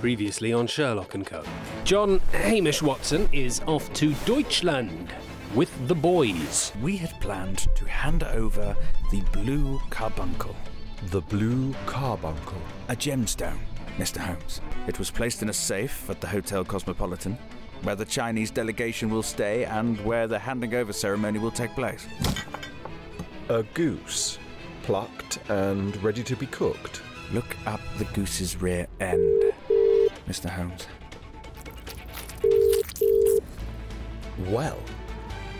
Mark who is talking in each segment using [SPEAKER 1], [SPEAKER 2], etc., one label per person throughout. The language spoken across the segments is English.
[SPEAKER 1] Previously on Sherlock and Co. John Hamish Watson is off to Deutschland with the boys.
[SPEAKER 2] We had planned to hand over the blue carbuncle.
[SPEAKER 3] The blue carbuncle.
[SPEAKER 2] A gemstone, Mr. Holmes. It was placed in a safe at the Hotel Cosmopolitan, where the Chinese delegation will stay and where the handing over ceremony will take place.
[SPEAKER 3] A goose, plucked and ready to be cooked.
[SPEAKER 2] Look up the goose's rear end, Mr. Holmes.
[SPEAKER 3] Well,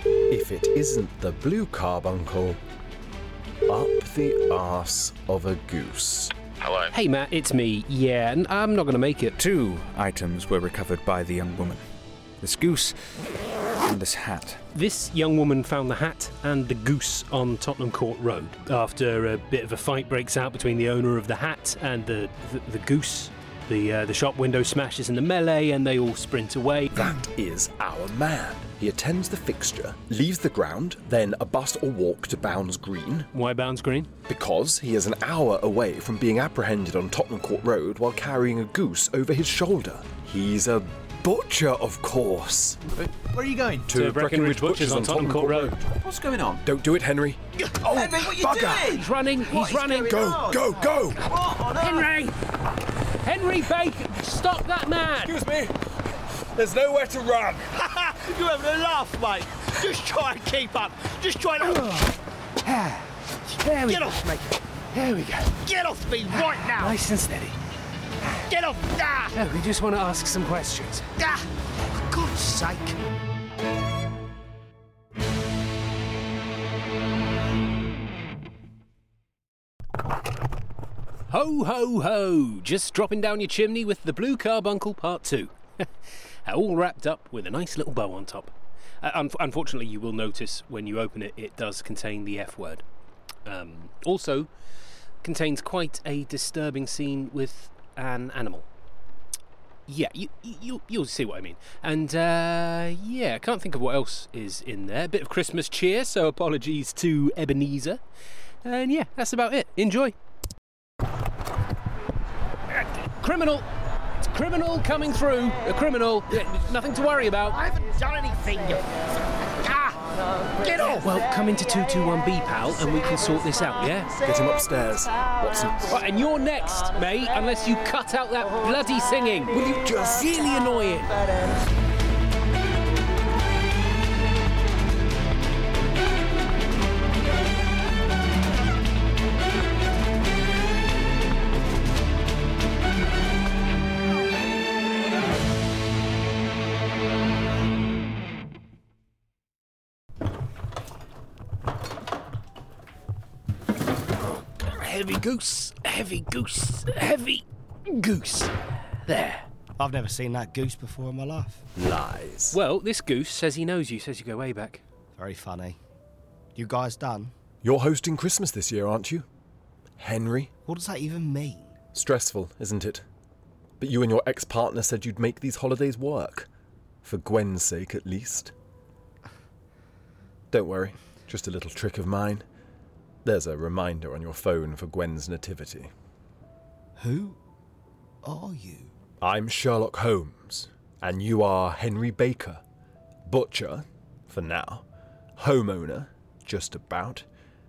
[SPEAKER 3] if it isn't the blue carbuncle, up the arse of a goose.
[SPEAKER 1] Hey Matt, it's me. Yeah, n- I'm not going to make it.
[SPEAKER 2] Two items were recovered by the young woman this goose and this hat.
[SPEAKER 1] This young woman found the hat and the goose on Tottenham Court Road after a bit of a fight breaks out between the owner of the hat and the the, the goose. The uh, the shop window smashes in the melee and they all sprint away.
[SPEAKER 3] That is our man. He attends the fixture, leaves the ground, then a bus or walk to Bounds Green,
[SPEAKER 1] Why bounds green?
[SPEAKER 3] because he is an hour away from being apprehended on Tottenham Court Road while carrying a goose over his shoulder. He's a butcher, of course.
[SPEAKER 4] Where are you going?
[SPEAKER 3] To,
[SPEAKER 4] What's going on?
[SPEAKER 3] Don't do it, Henry. Oh,
[SPEAKER 4] Hey, mate, what you
[SPEAKER 3] bugger!
[SPEAKER 4] doing?
[SPEAKER 1] He's running.
[SPEAKER 4] What
[SPEAKER 1] he's
[SPEAKER 4] is
[SPEAKER 1] running.
[SPEAKER 4] going
[SPEAKER 3] Go,
[SPEAKER 4] on?
[SPEAKER 3] go, go!
[SPEAKER 4] What on earth?
[SPEAKER 1] Henry! Henry Bacon, stop that man!
[SPEAKER 3] Excuse me. There's nowhere to run.
[SPEAKER 4] You having a laugh, mate? Just try and keep up. Just try and...
[SPEAKER 5] There we
[SPEAKER 4] Get
[SPEAKER 5] go,
[SPEAKER 4] off.
[SPEAKER 5] mate. There we go.
[SPEAKER 4] Get off me right now!
[SPEAKER 5] Nice and steady.
[SPEAKER 4] Get off! Ah!
[SPEAKER 5] No, we just want to ask some questions.
[SPEAKER 4] Ah! For God's sake!
[SPEAKER 1] Ho, ho, ho! Just dropping down your chimney with the Blue Carbuncle Part 2. All wrapped up with a nice little bow on top. Uh, un- unfortunately, you will notice when you open it, it does contain the F word. Um, also, contains quite a disturbing scene with an animal. Yeah, you, you, you'll see what I mean. And uh, yeah, I can't think of what else is in there. bit of Christmas cheer, so apologies to Ebenezer. And yeah, that's about it. Enjoy. Criminal! It's criminal coming through. A criminal. Yeah, Nothing to worry about.
[SPEAKER 4] I haven't done anything, you... Ah! Get off!
[SPEAKER 1] Well, come into 221B, pal, and we can sort this out, yeah?
[SPEAKER 3] Get him upstairs, Watson.
[SPEAKER 1] Right, and you're next, mate, unless you cut out that bloody singing.
[SPEAKER 3] Will you just?
[SPEAKER 1] Really annoying. Heavy goose, heavy goose, heavy goose. There.
[SPEAKER 5] I've never seen that goose before in my life.
[SPEAKER 3] Lies.
[SPEAKER 1] Well, this goose says he knows you, says you go way back.
[SPEAKER 5] Very funny. You guys done?
[SPEAKER 3] You're hosting Christmas this year, aren't you? Henry?
[SPEAKER 5] What does that even mean?
[SPEAKER 3] Stressful, isn't it? But you and your ex partner said you'd make these holidays work. For Gwen's sake, at least. Don't worry, just a little trick of mine. There's a reminder on your phone for Gwen's nativity.
[SPEAKER 5] Who are you?
[SPEAKER 3] I'm Sherlock Holmes, and you are Henry Baker. Butcher, for now. Homeowner, just about.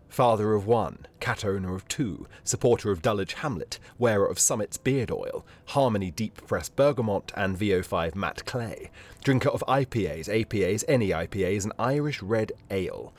[SPEAKER 3] Father of one, cat owner of two, supporter of Dulwich Hamlet, wearer of Summit's beard oil, Harmony deep press bergamot, and VO5 matte clay. Drinker of IPAs, APAs, any IPAs, and Irish red ale.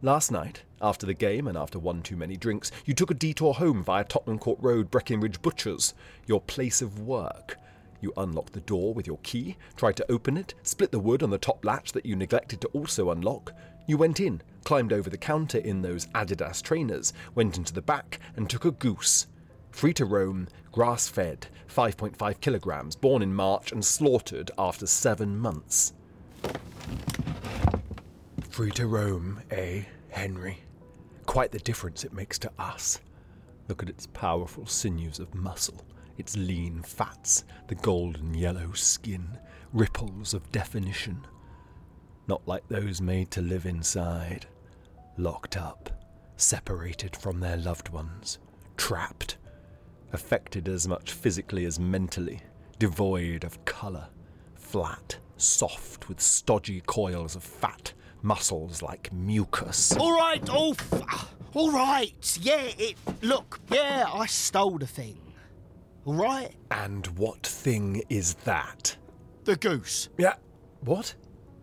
[SPEAKER 3] Last night, after the game and after one too many drinks, you took a detour home via Tottenham Court Road, Breckenridge Butchers, your place of work. You unlocked the door with your key, tried to open it, split the wood on the top latch that you neglected to also unlock. You went in, climbed over the counter in those Adidas trainers, went into the back, and took a goose. Free to roam, grass fed, 5.5 kilograms, born in March and slaughtered after seven months. Free to roam, eh, Henry? Quite the difference it makes to us. Look at its powerful sinews of muscle, its lean fats, the golden yellow skin, ripples of definition. Not like those made to live inside, locked up, separated from their loved ones, trapped, affected as much physically as mentally, devoid of colour, flat, soft, with stodgy coils of fat, muscles like mucus.
[SPEAKER 5] All right, all, f- all right. Yeah, it. Look, yeah, I stole the thing. All right,
[SPEAKER 3] And what thing is that?
[SPEAKER 5] the goose.
[SPEAKER 3] Yeah. What?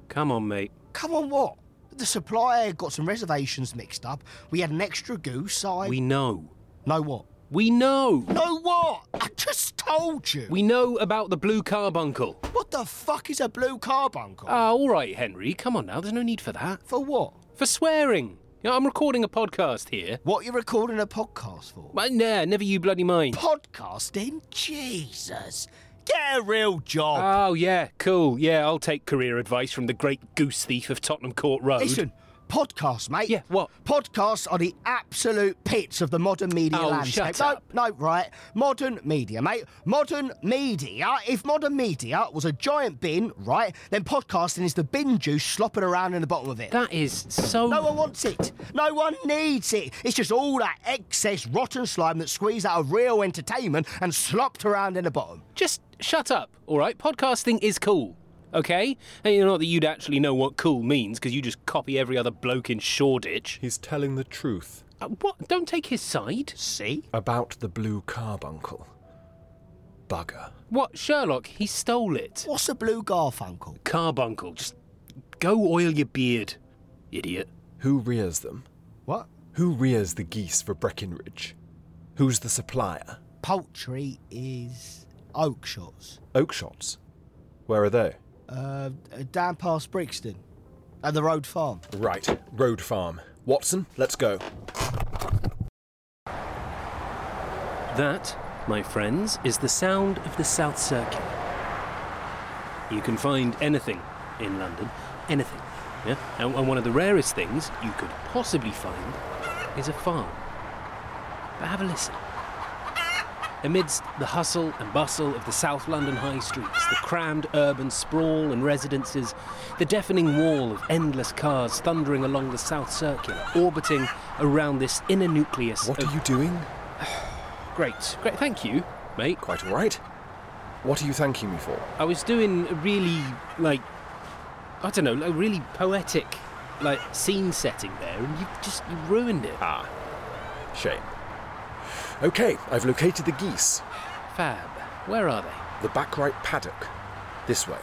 [SPEAKER 1] Come on, mate.
[SPEAKER 5] Come on, what? The supplier got some reservations mixed up. We had an extra goose. I
[SPEAKER 1] We know.
[SPEAKER 5] know what.
[SPEAKER 1] We know.
[SPEAKER 5] Know what? I just told you.
[SPEAKER 1] We know about the blue carbuncle.
[SPEAKER 5] What the fuck is a blue carbuncle?
[SPEAKER 1] Ah, all right, Henry. Come on now. There's no need for that.
[SPEAKER 5] For what?
[SPEAKER 1] For swearing. You know, I'm recording a podcast here.
[SPEAKER 5] What you recording a podcast for?
[SPEAKER 1] But nah, never you bloody mind.
[SPEAKER 5] Podcasting? Jesus. Get a real job.
[SPEAKER 1] Oh yeah, cool. Yeah, I'll take career advice from the great goose thief of Tottenham Court Road.
[SPEAKER 5] Listen, podcasts, mate.
[SPEAKER 1] Yeah, what?
[SPEAKER 5] Podcasts are the absolute pits of the modern media
[SPEAKER 1] Oh,
[SPEAKER 5] landscape.
[SPEAKER 1] shut up.
[SPEAKER 5] No, no, right. Modern media, mate. Modern media. If modern media was a giant bin, right, then podcasting is the bin juice slopping around in the bottom of it.
[SPEAKER 1] that is so.
[SPEAKER 5] No one wants it. No one needs it. It's just all that excess rotten slime that's squeezed out of real entertainment and slopped around in the bottom.
[SPEAKER 1] Just shut up. All right, podcasting is cool. Okay, and you know not that you'd actually know what cool means because you just copy every other bloke in Shoreditch.
[SPEAKER 3] He's telling the truth
[SPEAKER 1] Uh, what? Don't take his side.
[SPEAKER 5] See?
[SPEAKER 3] about the blue carbuncle. Bugger.
[SPEAKER 1] What, Sherlock? He stole it.
[SPEAKER 5] What's a blue Garfunkel?
[SPEAKER 1] Carbuncle, just go oil your beard, idiot.
[SPEAKER 3] Who rears them?
[SPEAKER 5] What?
[SPEAKER 3] Who rears the geese for Breckenridge? Who's the supplier?
[SPEAKER 5] Poultry is oak shots.
[SPEAKER 3] Oakshots. Where are they?
[SPEAKER 5] Uh, down past Brixton. At the road farm.
[SPEAKER 3] Right, Road Farm. Watson, let's go.
[SPEAKER 1] That, my friends, is the sound of the South Circular. You can find anything in London, anything. Yeah? And, and one of the rarest things you could possibly find is a farm. But have a listen. Amidst the hustle and bustle of the South London high streets, the crammed urban sprawl and residences, the deafening wall of endless cars thundering along the South Circular, orbiting around this inner nucleus
[SPEAKER 3] What
[SPEAKER 1] of
[SPEAKER 3] are you doing?
[SPEAKER 1] Great, great. Thank you, mate.
[SPEAKER 3] Quite all right. What are you thanking me for?
[SPEAKER 1] I was doing a really, like, I don't know, a really poetic, like, scene setting there, and you just you ruined it.
[SPEAKER 3] Ah, shame. Okay, I've located the geese.
[SPEAKER 1] Fab. Where are they?
[SPEAKER 3] The back right paddock. This way.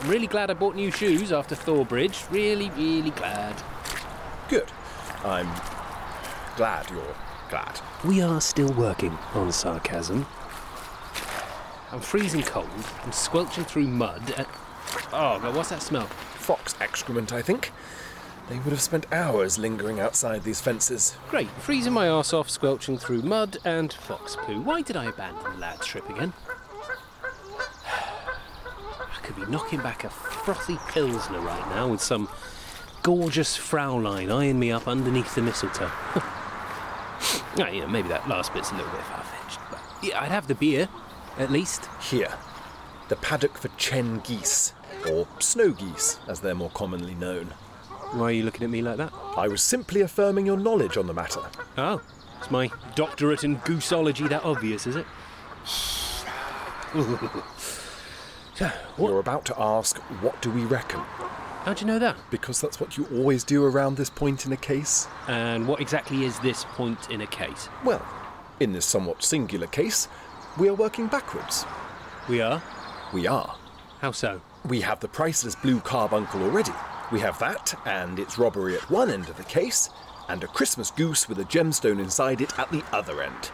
[SPEAKER 1] I'm really glad I bought new shoes after Thorbridge. Really, really glad.
[SPEAKER 3] Good. I'm glad you're glad.
[SPEAKER 1] We are still working on sarcasm. I'm freezing cold. I'm squelching through mud. At... Oh, God, what's that smell?
[SPEAKER 3] Fox excrement, I think. They would have spent hours lingering outside these fences.
[SPEAKER 1] Great, freezing my arse off, squelching through mud and fox poo. Why did I abandon the lad's trip again? I could be knocking back a frothy pilsner right now with some gorgeous fraulein eyeing me up underneath the mistletoe. Ah, yeah, maybe that last bit's a little bit far-fetched, but yeah, I'd have the beer, at least.
[SPEAKER 3] Here, the paddock for chen geese, or snow geese, as they're more commonly known.
[SPEAKER 1] Why are you looking at me like that?
[SPEAKER 3] I was simply affirming your knowledge on the matter.
[SPEAKER 1] Oh, it's my doctorate in gooseology that obvious, is it?
[SPEAKER 3] You're about to ask, what do we reckon?
[SPEAKER 1] How'd you know that?
[SPEAKER 3] Because that's what you always do around this point in a case.
[SPEAKER 1] And what exactly is this point in a case?
[SPEAKER 3] Well, in this somewhat singular case, we are working backwards.
[SPEAKER 1] We are.
[SPEAKER 3] We are.
[SPEAKER 1] How so?
[SPEAKER 3] We have the priceless blue carbuncle already. We have that, and its robbery at one end of the case, and a Christmas goose with a gemstone inside it at the other end.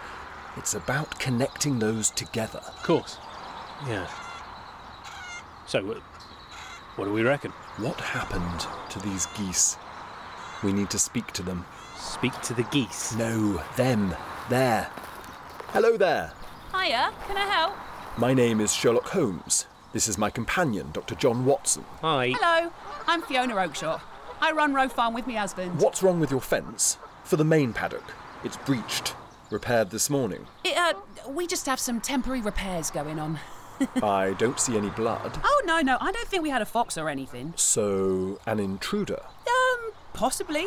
[SPEAKER 3] It's about connecting those together.
[SPEAKER 1] Of course. Yeah. So, what, what do we reckon?
[SPEAKER 3] What happened to these geese? We need to speak to them.
[SPEAKER 1] Speak to the geese.
[SPEAKER 3] No, them. There. Hello there.
[SPEAKER 6] Hiya, can I help?
[SPEAKER 3] My name is Sherlock Holmes. This is my companion, Dr. John Watson.
[SPEAKER 1] Hi.
[SPEAKER 6] Hello, I'm Fiona Oakshaw. I run Roe Farm with my husband.
[SPEAKER 3] What's wrong with your fence? For the main paddock. It's breached. Repaired this morning.
[SPEAKER 6] It, uh, we just have some temporary repairs going on.
[SPEAKER 3] I don't see any blood.
[SPEAKER 6] Oh, no, no, I don't think we had a fox or anything.
[SPEAKER 3] So, an intruder.
[SPEAKER 6] Um, possibly.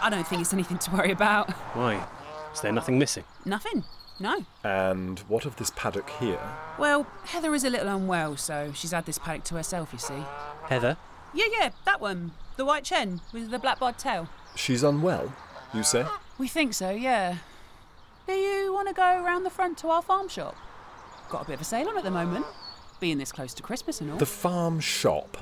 [SPEAKER 6] I don't think it's anything to worry about.
[SPEAKER 1] Why? Is there nothing missing?
[SPEAKER 6] Nothing. No.
[SPEAKER 3] And what of this paddock here?
[SPEAKER 6] Well, Heather is a little unwell, so she's had this paddock to herself, you see.
[SPEAKER 1] Heather?
[SPEAKER 6] Yeah, yeah, that one. The white chen with the black barred tail.
[SPEAKER 3] She's unwell, you say?
[SPEAKER 6] We think so, yeah. Do you want to go around the front to our farm shop? Got a bit of a sale on at the moment, being this close to Christmas and all.
[SPEAKER 3] The farm shop.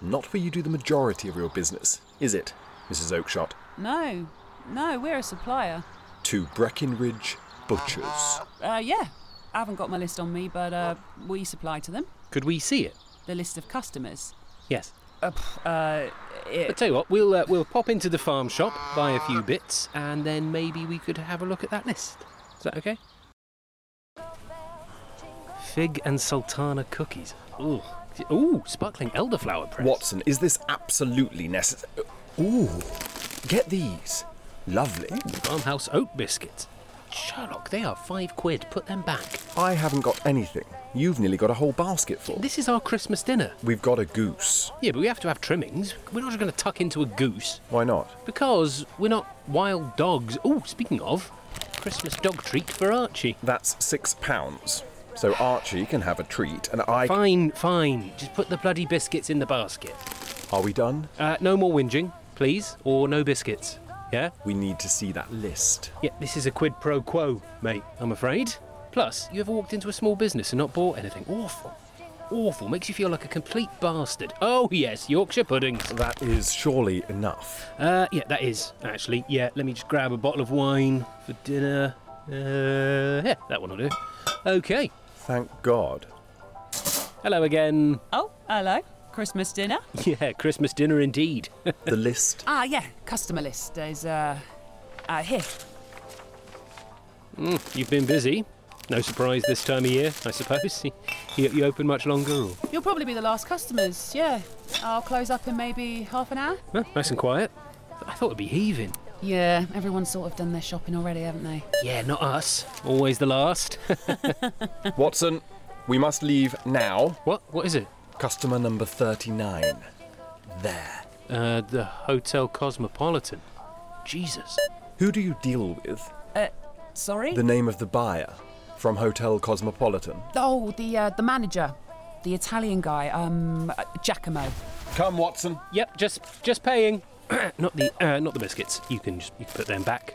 [SPEAKER 3] Not where you do the majority of your business, is it, Mrs. Oakshot?
[SPEAKER 6] no, no, we're a supplier.
[SPEAKER 3] To Breckenridge Butchers.
[SPEAKER 6] Uh, yeah, I haven't got my list on me, but uh, we supply to them
[SPEAKER 1] Could we see it?
[SPEAKER 6] the list of customers.
[SPEAKER 1] Yes.
[SPEAKER 6] Uh, pff, uh,
[SPEAKER 1] I
[SPEAKER 6] it,
[SPEAKER 1] tell you what, we'll uh, we'll pop into the farm shop, buy a few bits, and then maybe we could have a look at that list. Is that okay? Fig and sultana cookies. Ooh, ooh, sparkling elderflower press.
[SPEAKER 3] Watson, is this absolutely necessary? Ooh, get these. Lovely.
[SPEAKER 1] farmhouse oat biscuits? Sherlock, they are five quid. Put them back.
[SPEAKER 3] I haven't got anything. You've nearly got a whole basket full.
[SPEAKER 1] This is our Christmas dinner.
[SPEAKER 3] We've got a goose.
[SPEAKER 1] Yeah, but we have to have trimmings. We're not just going to tuck into a goose
[SPEAKER 3] Why not?
[SPEAKER 1] because we're not wild dogs. Ooh, speaking of, Christmas dog treat for Archie.
[SPEAKER 3] That's six pounds. So Archie can have a treat, and I.
[SPEAKER 1] Fine, fine. Just put the bloody biscuits in the basket.
[SPEAKER 3] Are we done?
[SPEAKER 1] Uh, no more whinging, please, or no biscuits. Yeah?
[SPEAKER 3] We need to see that list.
[SPEAKER 1] Yeah, this is a quid pro quo, mate, I'm afraid. Plus, you ever walked into a small business and not bought anything? Awful. Awful. Makes you feel like a complete bastard. Oh, yes, Yorkshire pudding.
[SPEAKER 3] That is surely enough.
[SPEAKER 1] Uh, yeah, that is, actually. Yeah, let me just grab a bottle of wine for dinner. Uh, yeah, that one will do. Okay.
[SPEAKER 3] Thank God.
[SPEAKER 1] Hello again.
[SPEAKER 6] oh, hello, Christmas dinner.
[SPEAKER 1] Yeah, Christmas dinner indeed.
[SPEAKER 3] The list.
[SPEAKER 6] Ah, yeah, customer list. There's uh, uh here.
[SPEAKER 1] You've been busy. No surprise this time of year, I suppose. You, you open much longer? Or?
[SPEAKER 6] You'll probably be the last customers. Yeah, I'll close up in maybe half an hour.
[SPEAKER 1] Huh, nice and quiet. I thought it'd be heaving.
[SPEAKER 6] Yeah, everyone's sort of done their shopping already, haven't they?
[SPEAKER 1] Yeah, not us. Always the last.
[SPEAKER 3] Watson, we must leave now.
[SPEAKER 1] what? What is it?
[SPEAKER 3] Customer number 39. There.
[SPEAKER 1] Uh, the Hotel Cosmopolitan. Jesus.
[SPEAKER 3] Who do you deal with?
[SPEAKER 6] Uh, sorry.
[SPEAKER 3] The name of the buyer from Hotel Cosmopolitan.
[SPEAKER 6] oh, the uh, the manager, the Italian guy, um, uh, Giacomo.
[SPEAKER 3] Come, Watson.
[SPEAKER 1] Yep, just just paying. not the uh, not the biscuits. You can just you can put them back.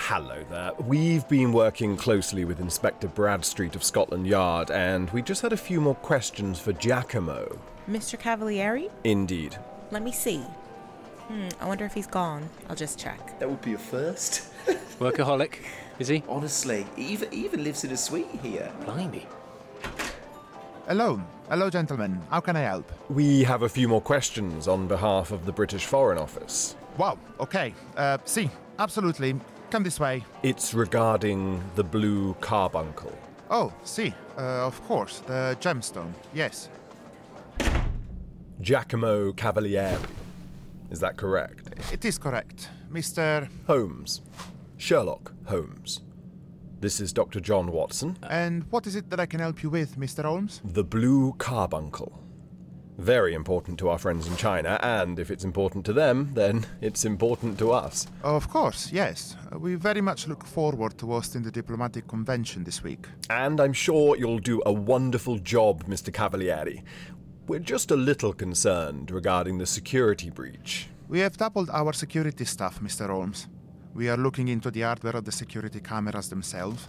[SPEAKER 3] Hello there. We've been working closely with Inspector Bradstreet of Scotland Yard, and we just had a few more questions for Giacomo.
[SPEAKER 7] Mr. Cavalieri?
[SPEAKER 3] Indeed.
[SPEAKER 7] Let me see. Hmm, I wonder if he's gone. I'll just check.
[SPEAKER 8] That would be a first.
[SPEAKER 1] Workaholic, is he?
[SPEAKER 8] Honestly, he even, he even lives in a suite here.
[SPEAKER 1] Blimey.
[SPEAKER 9] Hello. Hello, gentlemen. How can I help?
[SPEAKER 3] We have a few more questions on behalf of the British Foreign Office.
[SPEAKER 9] Wow. Okay. Uh, see. Absolutely. Come this way.
[SPEAKER 3] It's regarding the blue carbuncle.
[SPEAKER 9] Oh, see. Uh, of course. The gemstone. Yes.
[SPEAKER 3] Giacomo Cavalieri. Is that correct?
[SPEAKER 9] It is correct. Mr.
[SPEAKER 3] Holmes. Sherlock Holmes. This is Dr. John Watson.
[SPEAKER 9] And what is it that I can help you with, Mr. Holmes?
[SPEAKER 3] The blue carbuncle. Very important to our friends in China, and if it's important to them, then it's important to us.
[SPEAKER 9] Of course, yes. Uh, We very much look forward to hosting the diplomatic convention this week.
[SPEAKER 3] And I'm sure you'll do a wonderful job, Mr. Cavalieri. We're just a little concerned regarding the security breach.
[SPEAKER 9] We have doubled our security staff, Mr. Holmes. We are looking into the hardware of the security cameras themselves,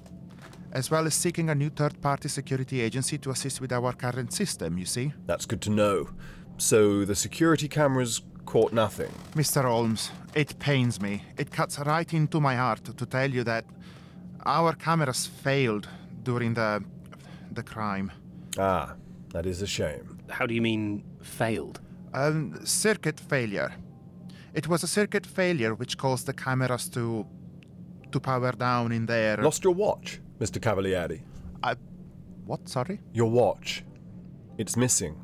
[SPEAKER 9] as well as seeking a new third party security agency to assist with our current system, you see.
[SPEAKER 3] That's good to know. So the security cameras caught nothing.
[SPEAKER 9] Mr. Holmes, it pains me. It cuts right into my heart to tell you that our cameras failed during the the crime.
[SPEAKER 3] Ah, that is a shame.
[SPEAKER 1] How do you mean failed?
[SPEAKER 9] Um, circuit failure. It was a circuit failure which caused the cameras to to power down in there.
[SPEAKER 3] Lost your watch, Mr. Cavalieri.
[SPEAKER 9] I, what? Sorry.
[SPEAKER 3] Your watch. It's missing.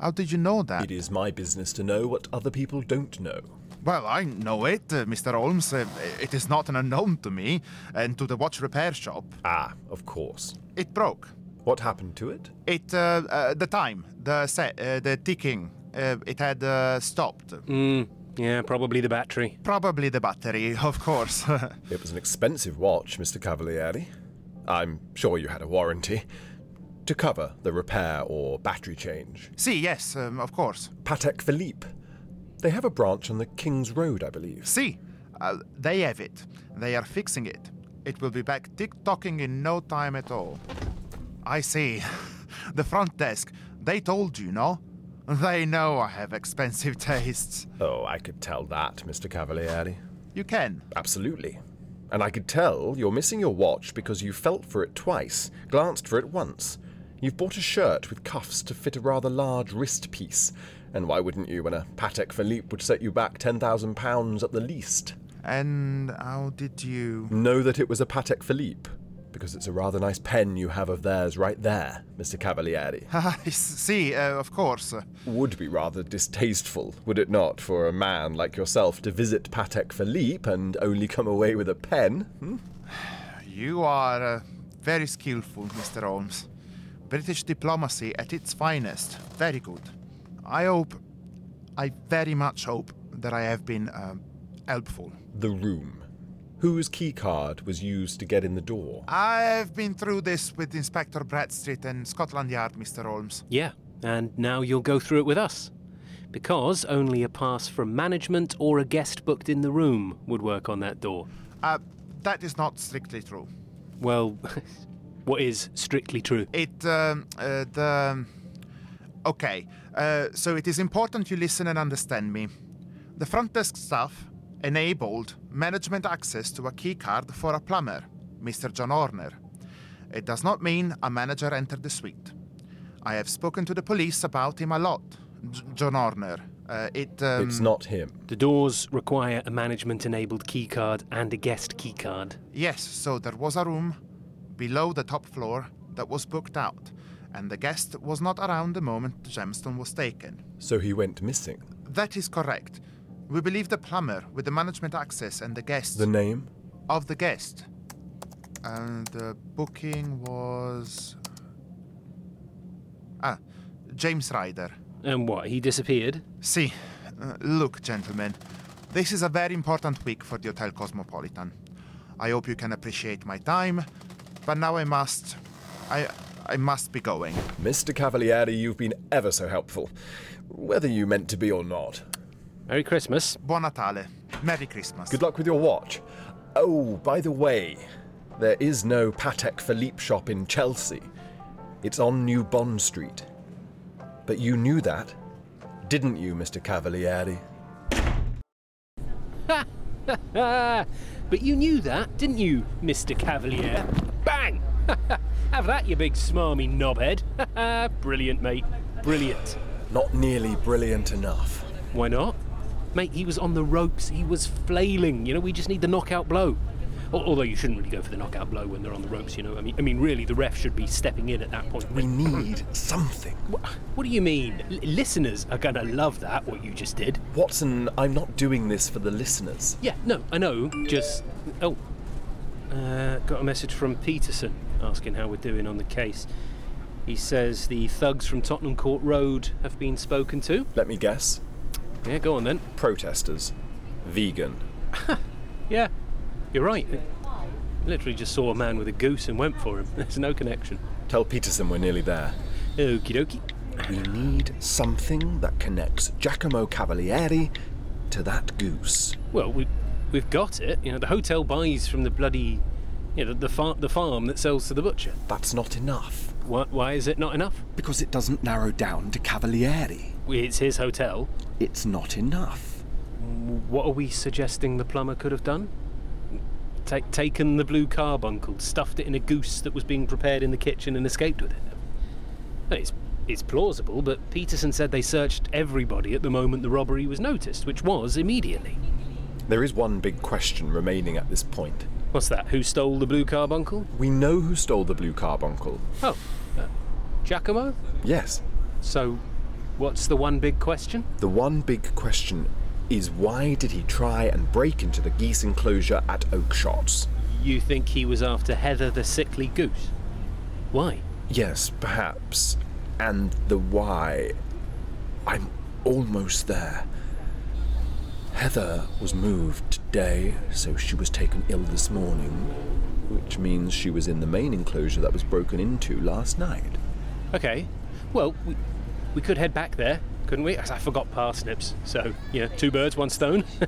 [SPEAKER 9] How did you know that?
[SPEAKER 3] It is my business to know what other people don't know.
[SPEAKER 9] Well, I know it, uh, Mr. Holmes. Uh, it is not an unknown to me and to the watch repair shop.
[SPEAKER 3] Ah, of course.
[SPEAKER 9] It broke.
[SPEAKER 3] What happened to it?
[SPEAKER 9] It uh, uh, the time, the set, uh, the ticking. Uh, it had uh, stopped.
[SPEAKER 1] Mm, yeah, probably the battery.
[SPEAKER 9] Probably the battery, of course.
[SPEAKER 3] It was an expensive watch, Mr. Cavalieri. I'm sure you had a warranty to cover the repair or battery change.
[SPEAKER 9] See, yes, um, of course.
[SPEAKER 3] Patek Philippe. They have a branch on the King's Road, I believe.
[SPEAKER 9] See, uh, they have it. They are fixing it. It will be back tick tocking in no time at all. I see. the front desk. They told you, no? They know I have expensive tastes.
[SPEAKER 3] Oh, I could tell that, Mr. Cavalieri.
[SPEAKER 9] You can.
[SPEAKER 3] Absolutely. And I could tell you're missing your watch because you felt for it twice, glanced for it once. You've bought a shirt with cuffs to fit a rather large wrist piece. And why wouldn't you when a Patek Philippe would set you back £10,000 at the least?
[SPEAKER 9] And how did you.
[SPEAKER 3] Know that it was a Patek Philippe, because it's a rather nice pen you have of theirs right there, Mr. Cavalieri.
[SPEAKER 9] I see, uh, of course.
[SPEAKER 3] Would be rather distasteful, would it not, for a man like yourself to visit Patek Philippe and only come away with a pen? Hmm?
[SPEAKER 9] You are uh, very skillful, Mr. Holmes. British diplomacy at its finest. Very good. I hope, I very much hope that I have been um, helpful.
[SPEAKER 3] The room. Whose keycard was used to get in the door?
[SPEAKER 9] I've been through this with Inspector Bradstreet and Scotland Yard, Mr. Holmes.
[SPEAKER 1] Yeah, and now you'll go through it with us. Because only a pass from management or a guest booked in the room would work on that door.
[SPEAKER 9] Uh, that is not strictly true.
[SPEAKER 1] Well, what is strictly true?
[SPEAKER 9] It, um, uh, the. Okay, uh, so it is important you listen and understand me. The front desk staff enabled management access to a keycard for a plumber, Mr. John Orner. It does not mean a manager entered the suite. I have spoken to the police about him a lot, J- John Orner. Uh, it, um,
[SPEAKER 3] It's not him.
[SPEAKER 1] The doors require a management enabled keycard and a guest keycard.
[SPEAKER 9] Yes, so there was a room below the top floor that was booked out, and the guest was not around the moment the gemstone was taken.
[SPEAKER 3] So he went missing.
[SPEAKER 9] That is correct. We believe the plumber with the management access and the guest
[SPEAKER 3] The name?
[SPEAKER 9] of the guest. And the booking was. Ah, James Ryder.
[SPEAKER 1] And what? He disappeared?
[SPEAKER 9] See, uh, look, gentlemen, this is a very important week for the Hotel Cosmopolitan. I hope you can appreciate my time, but now I must. I. I must be going.
[SPEAKER 3] Mr. Cavalieri, you've been ever so helpful, whether you meant to be or not.
[SPEAKER 1] Merry Christmas.
[SPEAKER 9] Buon Natale. Merry Christmas.
[SPEAKER 3] Good luck with your watch. Oh, by the way, there is no Patek Philippe shop in Chelsea. It's on New Bond Street. But you knew that, didn't you, Mr. Cavalieri?
[SPEAKER 1] Ah, but you knew that, didn't you, Mr. Cavalier? Bang! Have that, you big smarmy knobhead. Brilliant, mate. Brilliant.
[SPEAKER 3] Not nearly brilliant enough.
[SPEAKER 1] Why not? Mate, he was on the ropes. He was flailing. You know, we just need the knockout blow. Al- Although you shouldn't really go for the knockout blow when they're on the ropes, you know. I mean, I mean, really, the ref should be stepping in at that point.
[SPEAKER 3] We need something.
[SPEAKER 1] Wha- What do you mean? L- listeners are gonna love that. What you just did.
[SPEAKER 3] Watson, I'm not doing this for the listeners.
[SPEAKER 1] Yeah, no, I know. Just oh, uh, got a message from Peterson asking how we're doing on the case. He says the thugs from Tottenham Court Road have been spoken to.
[SPEAKER 3] Let me guess.
[SPEAKER 1] Yeah, go on then.
[SPEAKER 3] Protesters. Vegan.
[SPEAKER 1] Yeah, you're right. Literally just saw a man with a goose and went for him. There's no connection.
[SPEAKER 3] Tell Peterson we're nearly there.
[SPEAKER 1] Okie dokie.
[SPEAKER 3] We need something that connects Giacomo Cavalieri to that goose.
[SPEAKER 1] Well, we, we've got it. You know, the hotel buys from the bloody, you know, the, the, far, the farm that sells to the butcher.
[SPEAKER 3] That's not enough.
[SPEAKER 1] Why, why is it not enough?
[SPEAKER 3] Because it doesn't narrow down to Cavalieri.
[SPEAKER 1] It's his hotel.
[SPEAKER 3] It's not enough.
[SPEAKER 1] What are we suggesting the plumber could have done? Take, taken the blue carbuncle, stuffed it in a goose that was being prepared in the kitchen, and escaped with it. It's, it's plausible, but Peterson said they searched everybody at the moment the robbery was noticed, which was immediately.
[SPEAKER 3] There is one big question remaining at this point.
[SPEAKER 1] What's that? Who stole the blue carbuncle?
[SPEAKER 3] We know who stole the blue carbuncle.
[SPEAKER 1] Oh, uh, Giacomo?
[SPEAKER 3] Yes.
[SPEAKER 1] So, what's the one big question?
[SPEAKER 3] The one big question is why did he try and break into the geese enclosure at Oakshots?
[SPEAKER 1] You think he was after Heather the sickly goose? Why?
[SPEAKER 3] Yes, perhaps. And the why. I'm almost there. Heather was moved today, so she was taken ill this morning, which means she was in the main enclosure that was broken into last night.
[SPEAKER 1] Okay. Well, we, we could head back there, couldn't we? As I forgot parsnips, so, yeah, two birds, one stone.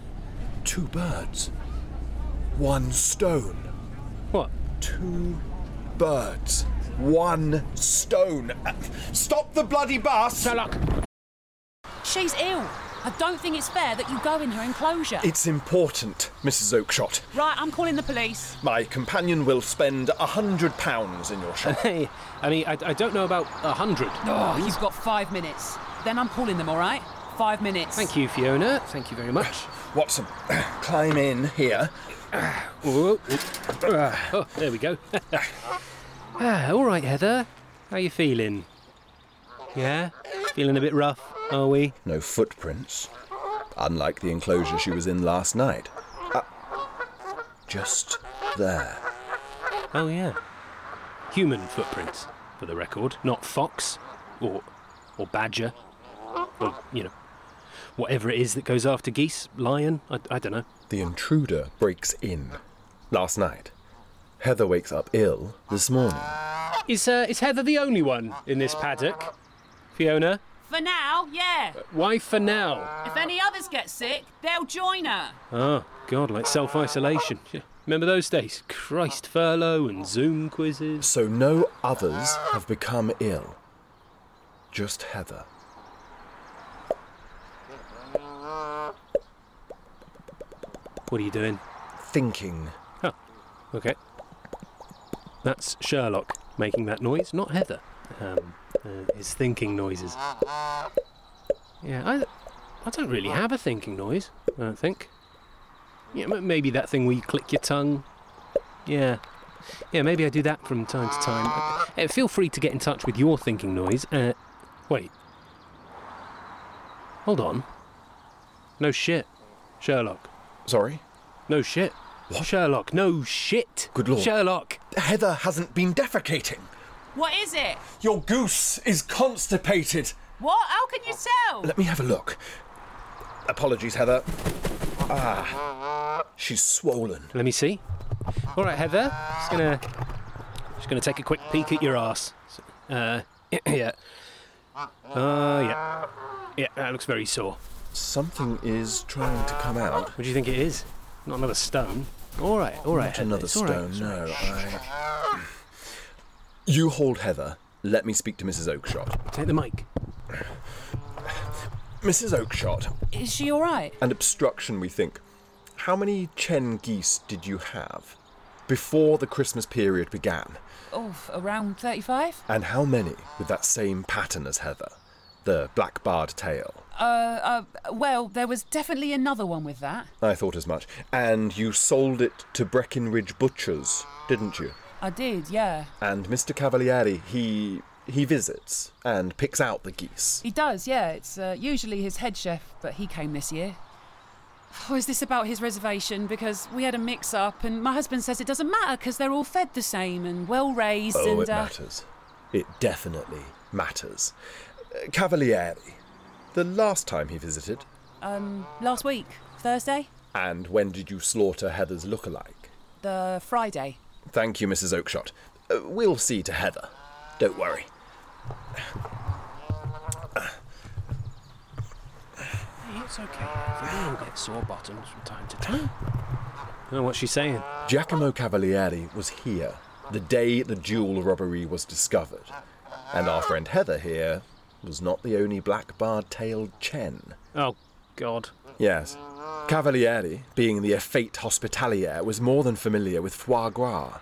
[SPEAKER 3] Two birds. One stone.
[SPEAKER 1] What?
[SPEAKER 3] Two birds. One stone. Stop the bloody bus!
[SPEAKER 1] Sherlock!
[SPEAKER 6] She's ill. I don't think it's fair that you go in her enclosure.
[SPEAKER 3] It's important, Mrs. Oakshot.
[SPEAKER 6] Right, I'm calling the police.
[SPEAKER 3] My companion will spend a hundred pounds in your shop.
[SPEAKER 1] Hey, I mean, I, I don't know about a hundred.
[SPEAKER 6] Oh, you've got five minutes. Then I'm calling them, all right? Five minutes.
[SPEAKER 1] Thank you, Fiona. Thank you very much.
[SPEAKER 3] Watson, climb in here.
[SPEAKER 1] Whoa. Oh, there we go. ah, all right, Heather. How you feeling? Yeah? Feeling a bit rough, are we?
[SPEAKER 3] No footprints. Unlike the enclosure she was in last night. Uh, just there.
[SPEAKER 1] Oh, yeah. Human footprints, for the record, not fox or or badger or, you know, whatever it is that goes after geese, lion, I, I don't know.
[SPEAKER 3] The intruder breaks in. Last night. Heather wakes up ill this morning.
[SPEAKER 1] Is, uh, is Heather the only one in this paddock? Fiona?
[SPEAKER 6] For now, yeah.
[SPEAKER 1] Why for now?
[SPEAKER 6] If any others get sick, they'll join her.
[SPEAKER 1] Oh, God, like self isolation. Remember those days? Christ furlough and Zoom quizzes.
[SPEAKER 3] So no others have become ill. Just Heather.
[SPEAKER 1] What are you doing?
[SPEAKER 3] Thinking.
[SPEAKER 1] Oh, okay. That's Sherlock making that noise, not Heather. Um, uh, his thinking noises. Yeah, I, I don't really have a thinking noise, I don't think. Yeah, m- maybe that thing where you click your tongue. Yeah. Yeah, maybe I do that from time to time. Uh, feel free to get in touch with your thinking noise. Uh, wait. Hold on. No shit. Sherlock.
[SPEAKER 3] Sorry?
[SPEAKER 1] No shit.
[SPEAKER 3] What?
[SPEAKER 1] Sherlock, no shit.
[SPEAKER 3] Good lord.
[SPEAKER 1] Sherlock.
[SPEAKER 3] Heather hasn't been defecating.
[SPEAKER 6] What is it?
[SPEAKER 3] Your goose is constipated.
[SPEAKER 6] What? How can you tell?
[SPEAKER 3] Let me have a look. Apologies, Heather. Ah, she's swollen.
[SPEAKER 1] Let me see. All right, Heather. Just gonna, just gonna take a quick peek at your ass. Uh, yeah. Oh yeah. Yeah, that looks very sore.
[SPEAKER 3] Something is trying to come out.
[SPEAKER 1] What do you think it is? Not another stone. All right, all right.
[SPEAKER 3] Not
[SPEAKER 1] Heather,
[SPEAKER 3] another
[SPEAKER 1] it's all right,
[SPEAKER 3] stone,
[SPEAKER 1] it's all
[SPEAKER 3] no.
[SPEAKER 1] right.
[SPEAKER 3] I... You hold Heather. Let me speak to Mrs. Oakshot.
[SPEAKER 1] Take the mic.
[SPEAKER 3] Mrs. Oakshot,
[SPEAKER 6] Is she all right?
[SPEAKER 3] and obstruction, we think. How many Chen geese did you have before the Christmas period began?
[SPEAKER 6] Oh, f- around 35?
[SPEAKER 3] And how many with that same pattern as Heather? The black barred tail.
[SPEAKER 6] Uh, uh, well, there was definitely another one with that.
[SPEAKER 3] I thought as much. And you sold it to Breckenridge Butchers, didn't you?
[SPEAKER 6] I did, yeah.
[SPEAKER 3] And Mr. Cavalieri, he he visits and picks out the geese.
[SPEAKER 6] He does, yeah. It's uh, usually his head chef, but he came this year. Oh, is this about his reservation? Because we had a mix up, and my husband says it doesn't matter because they're all fed the same and well raised.
[SPEAKER 3] Oh,
[SPEAKER 6] and,
[SPEAKER 3] it
[SPEAKER 6] uh,
[SPEAKER 3] matters. It definitely matters. Uh, Cavalieri, the last time he visited,
[SPEAKER 6] Um, last week, Thursday,
[SPEAKER 3] and when did you slaughter Heather's lookalike?
[SPEAKER 6] the Friday.
[SPEAKER 3] Thank you, Mrs. Oakshot. Uh, we'll see to Heather. Don't worry.
[SPEAKER 1] It's okay. We all get sore bottoms from time to time. Oh, what's she saying?
[SPEAKER 3] Giacomo Cavalieri was here the day the jewel robbery was discovered, and our friend Heather here was not the only black barred tailed Chen.
[SPEAKER 1] Oh, God.
[SPEAKER 3] Yes. Cavalieri, being the effete hospitalier, was more than familiar with foie gras.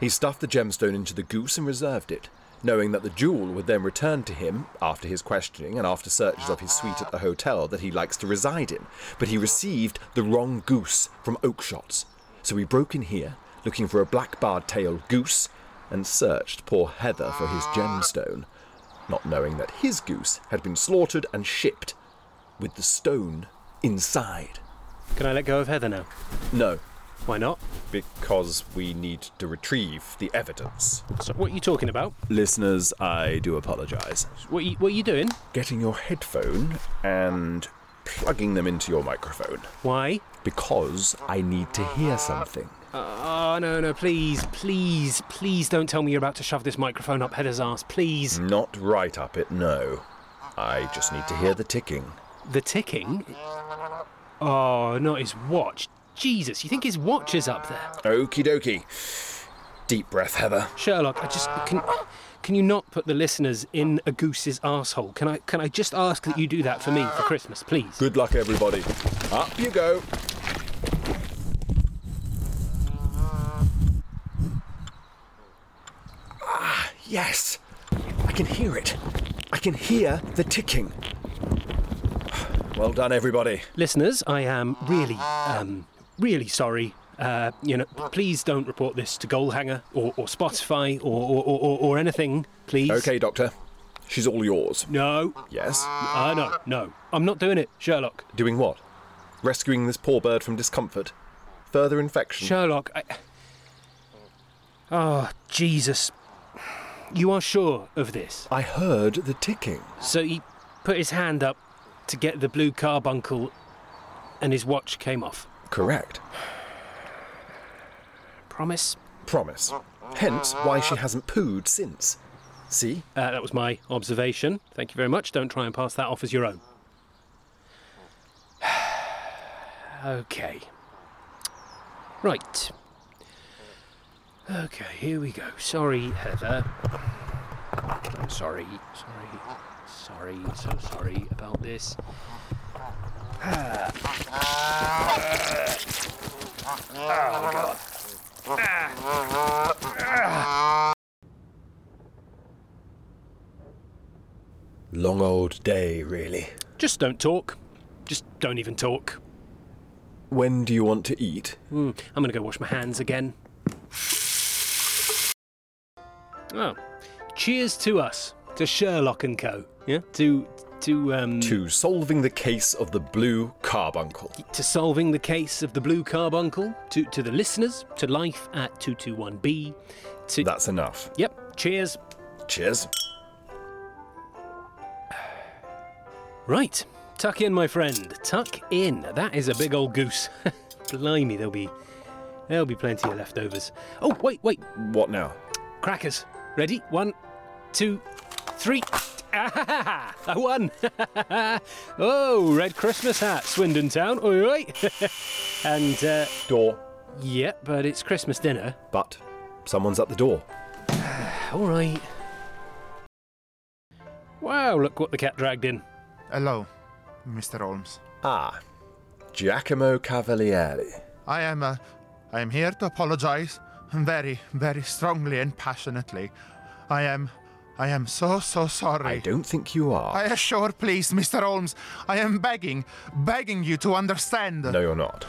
[SPEAKER 3] He stuffed the gemstone into the goose and reserved it, knowing that the jewel would then return to him after his questioning and after searches of his suite at the hotel that he likes to reside in. But he received the wrong goose from Oakshots, so he broke in here, looking for a black barred tailed goose, and searched poor Heather for his gemstone, not knowing that his goose had been slaughtered and shipped with the stone inside.
[SPEAKER 1] Can I let go of Heather now?
[SPEAKER 3] No.
[SPEAKER 1] Why not?
[SPEAKER 3] Because we need to retrieve the evidence.
[SPEAKER 1] So, what are you talking about?
[SPEAKER 3] Listeners, I do apologise.
[SPEAKER 1] What are you, what are you doing?
[SPEAKER 3] Getting your headphone and plugging them into your microphone.
[SPEAKER 1] Why?
[SPEAKER 3] Because I need to hear something.
[SPEAKER 1] Oh, no, no, please, please, please don't tell me you're about to shove this microphone up Heather's ass, please.
[SPEAKER 3] Not right up it, no. I just need to hear the ticking.
[SPEAKER 1] The ticking? Oh, not his watch. Jesus, you think his watch is up there?
[SPEAKER 3] Okie dokie. Deep breath, Heather.
[SPEAKER 1] Sherlock, I just can. Can you not put the listeners in a goose's asshole? Can I? Can I just ask that you do that for me for Christmas, please?
[SPEAKER 3] Good luck, everybody. Up you go. Ah, yes. I can hear it. I can hear the ticking. Well done, everybody.
[SPEAKER 1] Listeners, I am really, um, really sorry. Uh, you know, please don't report this to Goalhanger or, or Spotify or, or, or, or- or anything, please.
[SPEAKER 3] Okay, Doctor. She's all yours.
[SPEAKER 1] No.
[SPEAKER 3] Yes?
[SPEAKER 1] Uh, no, no. I'm not doing it, Sherlock.
[SPEAKER 3] Doing what? Rescuing this poor bird from discomfort? Further infection?
[SPEAKER 1] Sherlock, I. Oh, Jesus. You are sure of this?
[SPEAKER 3] I heard the ticking.
[SPEAKER 1] So he put his hand up to get the blue carbuncle, and his watch came off.
[SPEAKER 3] Correct.
[SPEAKER 1] Promise?
[SPEAKER 3] Promise. Hence why she hasn't pooed since. See?
[SPEAKER 1] Uh, that was my observation. Thank you very much. Don't try and pass that off as your own. okay. Right. Okay, here we go. Sorry, Heather. I'm sorry, sorry, sorry, so sorry about this.
[SPEAKER 3] Long old day, really.
[SPEAKER 1] Just don't talk. Just don't even talk.
[SPEAKER 3] When do you want to eat?
[SPEAKER 1] Mm, I'm gonna go wash my hands again. Oh, cheers to us, to Sherlock and Co. Yeah, to to um
[SPEAKER 3] To solving the case of the blue carbuncle.
[SPEAKER 1] to solving the case of the blue carbuncle, to to the listeners, to life at 221B, to
[SPEAKER 3] That's enough.
[SPEAKER 1] yep, cheers.
[SPEAKER 3] Cheers.
[SPEAKER 1] Right, tuck in, my friend, tuck in. That is a big old goose. Blimey, there'll be there'll be plenty of leftovers. Oh wait, wait,
[SPEAKER 3] What now?
[SPEAKER 1] crackers. Ready? One, two, three. Ah, I won! oh, red Christmas hat, Swindon Town. All right. and uh,
[SPEAKER 3] Door.
[SPEAKER 1] yeah, but it's Christmas dinner.
[SPEAKER 3] But someone's at the door.
[SPEAKER 1] All right. Wow! Look what the cat dragged in.
[SPEAKER 9] Hello, Mr. Holmes.
[SPEAKER 3] Ah. Giacomo Cavalieri.
[SPEAKER 9] I am uh, I am here to apologize very, very strongly and passionately. I am I am so so sorry.
[SPEAKER 3] I don't think you are.
[SPEAKER 9] I assure please, Mr. Holmes, I am begging, begging you to understand.
[SPEAKER 3] No, you're not.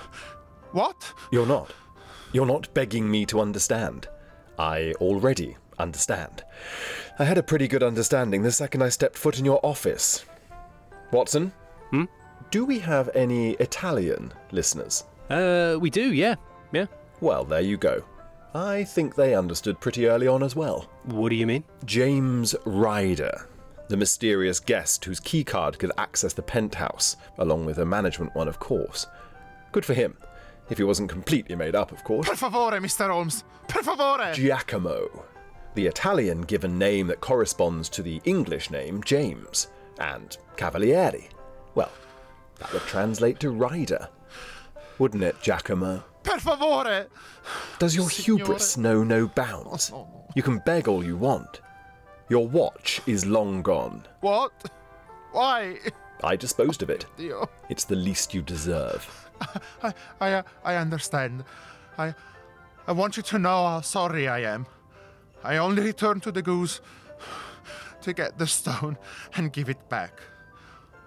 [SPEAKER 9] What?
[SPEAKER 3] You're not. You're not begging me to understand. I already understand. I had a pretty good understanding the second I stepped foot in your office. Watson?
[SPEAKER 1] Hmm?
[SPEAKER 3] Do we have any Italian listeners?
[SPEAKER 1] Uh, we do, yeah, yeah.
[SPEAKER 3] Well, there you go. I think they understood pretty early on as well.
[SPEAKER 1] What do you mean?
[SPEAKER 3] James Ryder, the mysterious guest whose keycard could access the penthouse, along with a management one, of course. Good for him. If he wasn't completely made up, of course.
[SPEAKER 9] Per favore, Mr. Holmes. Per favore.
[SPEAKER 3] Giacomo, the Italian given name that corresponds to the English name James, and Cavalieri. Well, That would translate to rider, wouldn't it, Giacomo?
[SPEAKER 9] Per favore!
[SPEAKER 3] Does your hubris know no bounds? You can beg all you want. Your watch is long gone.
[SPEAKER 9] What? Why?
[SPEAKER 3] I disposed of it.
[SPEAKER 9] Dio.
[SPEAKER 3] It's the least you deserve.
[SPEAKER 9] I, I, uh, I understand. I, I want you to know how sorry I am. I only returned to the goose to get the stone and give it back.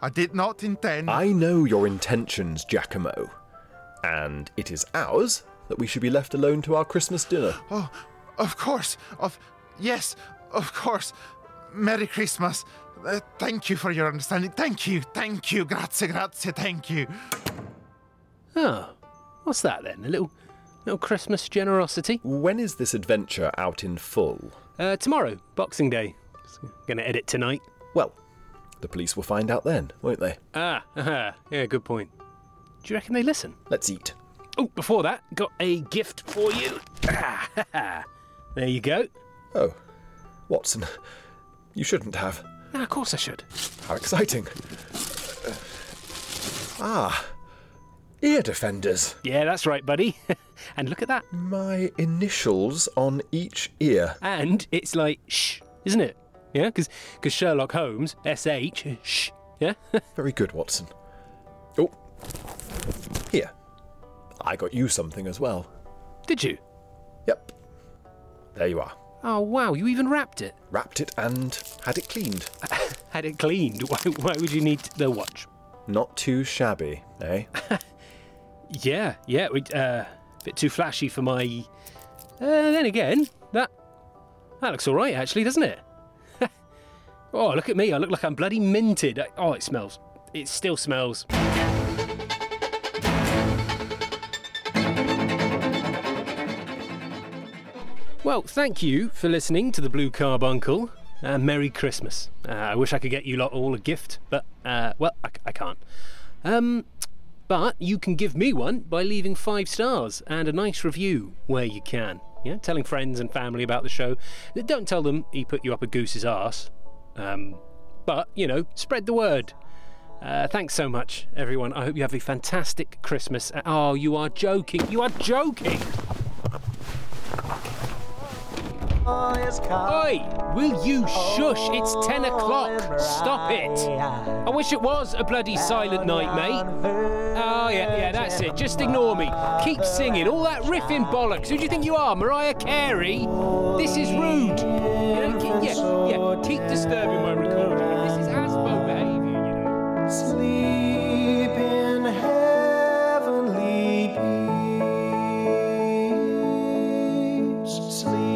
[SPEAKER 9] I did not intend.
[SPEAKER 3] I know your intentions, Giacomo. And it is ours that we should be left alone to our Christmas dinner.
[SPEAKER 9] Oh, of course. Of yes, of course. Merry Christmas. Uh, thank you for your understanding. Thank you, thank you, grazie, grazie, thank you.
[SPEAKER 1] Oh, what's that then? A little, little Christmas generosity?
[SPEAKER 3] When is this adventure out in full?
[SPEAKER 1] Uh, tomorrow, Boxing Day. So, Gonna edit tonight.
[SPEAKER 3] Well, the police will find out then, won't they?
[SPEAKER 1] Ah, uh yeah, good point. Do you reckon they listen?
[SPEAKER 3] Let's eat.
[SPEAKER 1] Oh, before that, got a gift for you. Ah, ha, ha. there you go.
[SPEAKER 3] Oh, Watson, you shouldn't have.
[SPEAKER 1] Ah, of course I should.
[SPEAKER 3] How exciting. Uh, Ah, ear defenders.
[SPEAKER 1] Yeah, that's right, buddy. and look at that.
[SPEAKER 3] My initials on each ear.
[SPEAKER 1] And it's like shh, isn't it? Yeah, because Sherlock Holmes, S H, shh. Yeah.
[SPEAKER 3] Very good, Watson. Oh, here. I got you something as well.
[SPEAKER 1] Did you?
[SPEAKER 3] Yep. There you are.
[SPEAKER 1] Oh wow, you even wrapped it.
[SPEAKER 3] Wrapped it and had it cleaned.
[SPEAKER 1] Had it cleaned. Why, why would you need the watch?
[SPEAKER 3] Not too shabby, eh?
[SPEAKER 1] Yeah, yeah. we- Uh, bit too flashy for my. Uh, then again, that that looks all right actually, doesn't it? oh, look at me! I look like I'm bloody minted. I- Oh, it smells. It still smells. Well, thank you for listening to the Blue Carbuncle. Uh, Merry Christmas. Uh, I wish I could get you lot all a gift, but uh, well, I, I can't. Um, but you can give me one by leaving five stars and a nice review where you can. Yeah, telling friends and family about the show. Don't tell them he put you up a goose's arse. Um, but you know, spread the word. Uh, thanks so much, everyone. I hope you have a fantastic Christmas. Oh, you are joking! You are joking! Oi! Will you shush? It's 10 o'clock. Stop it. I wish it was a bloody silent night, mate. Oh, yeah, yeah, that's it. Just ignore me. Keep singing. All that riffing bollocks. Who do you think you are, Mariah Carey? This is rude. You know, keep, yeah, yeah. Keep disturbing my recording. This is asshole behaviour, you know.
[SPEAKER 10] Sleep in heavenly peace. Sleep.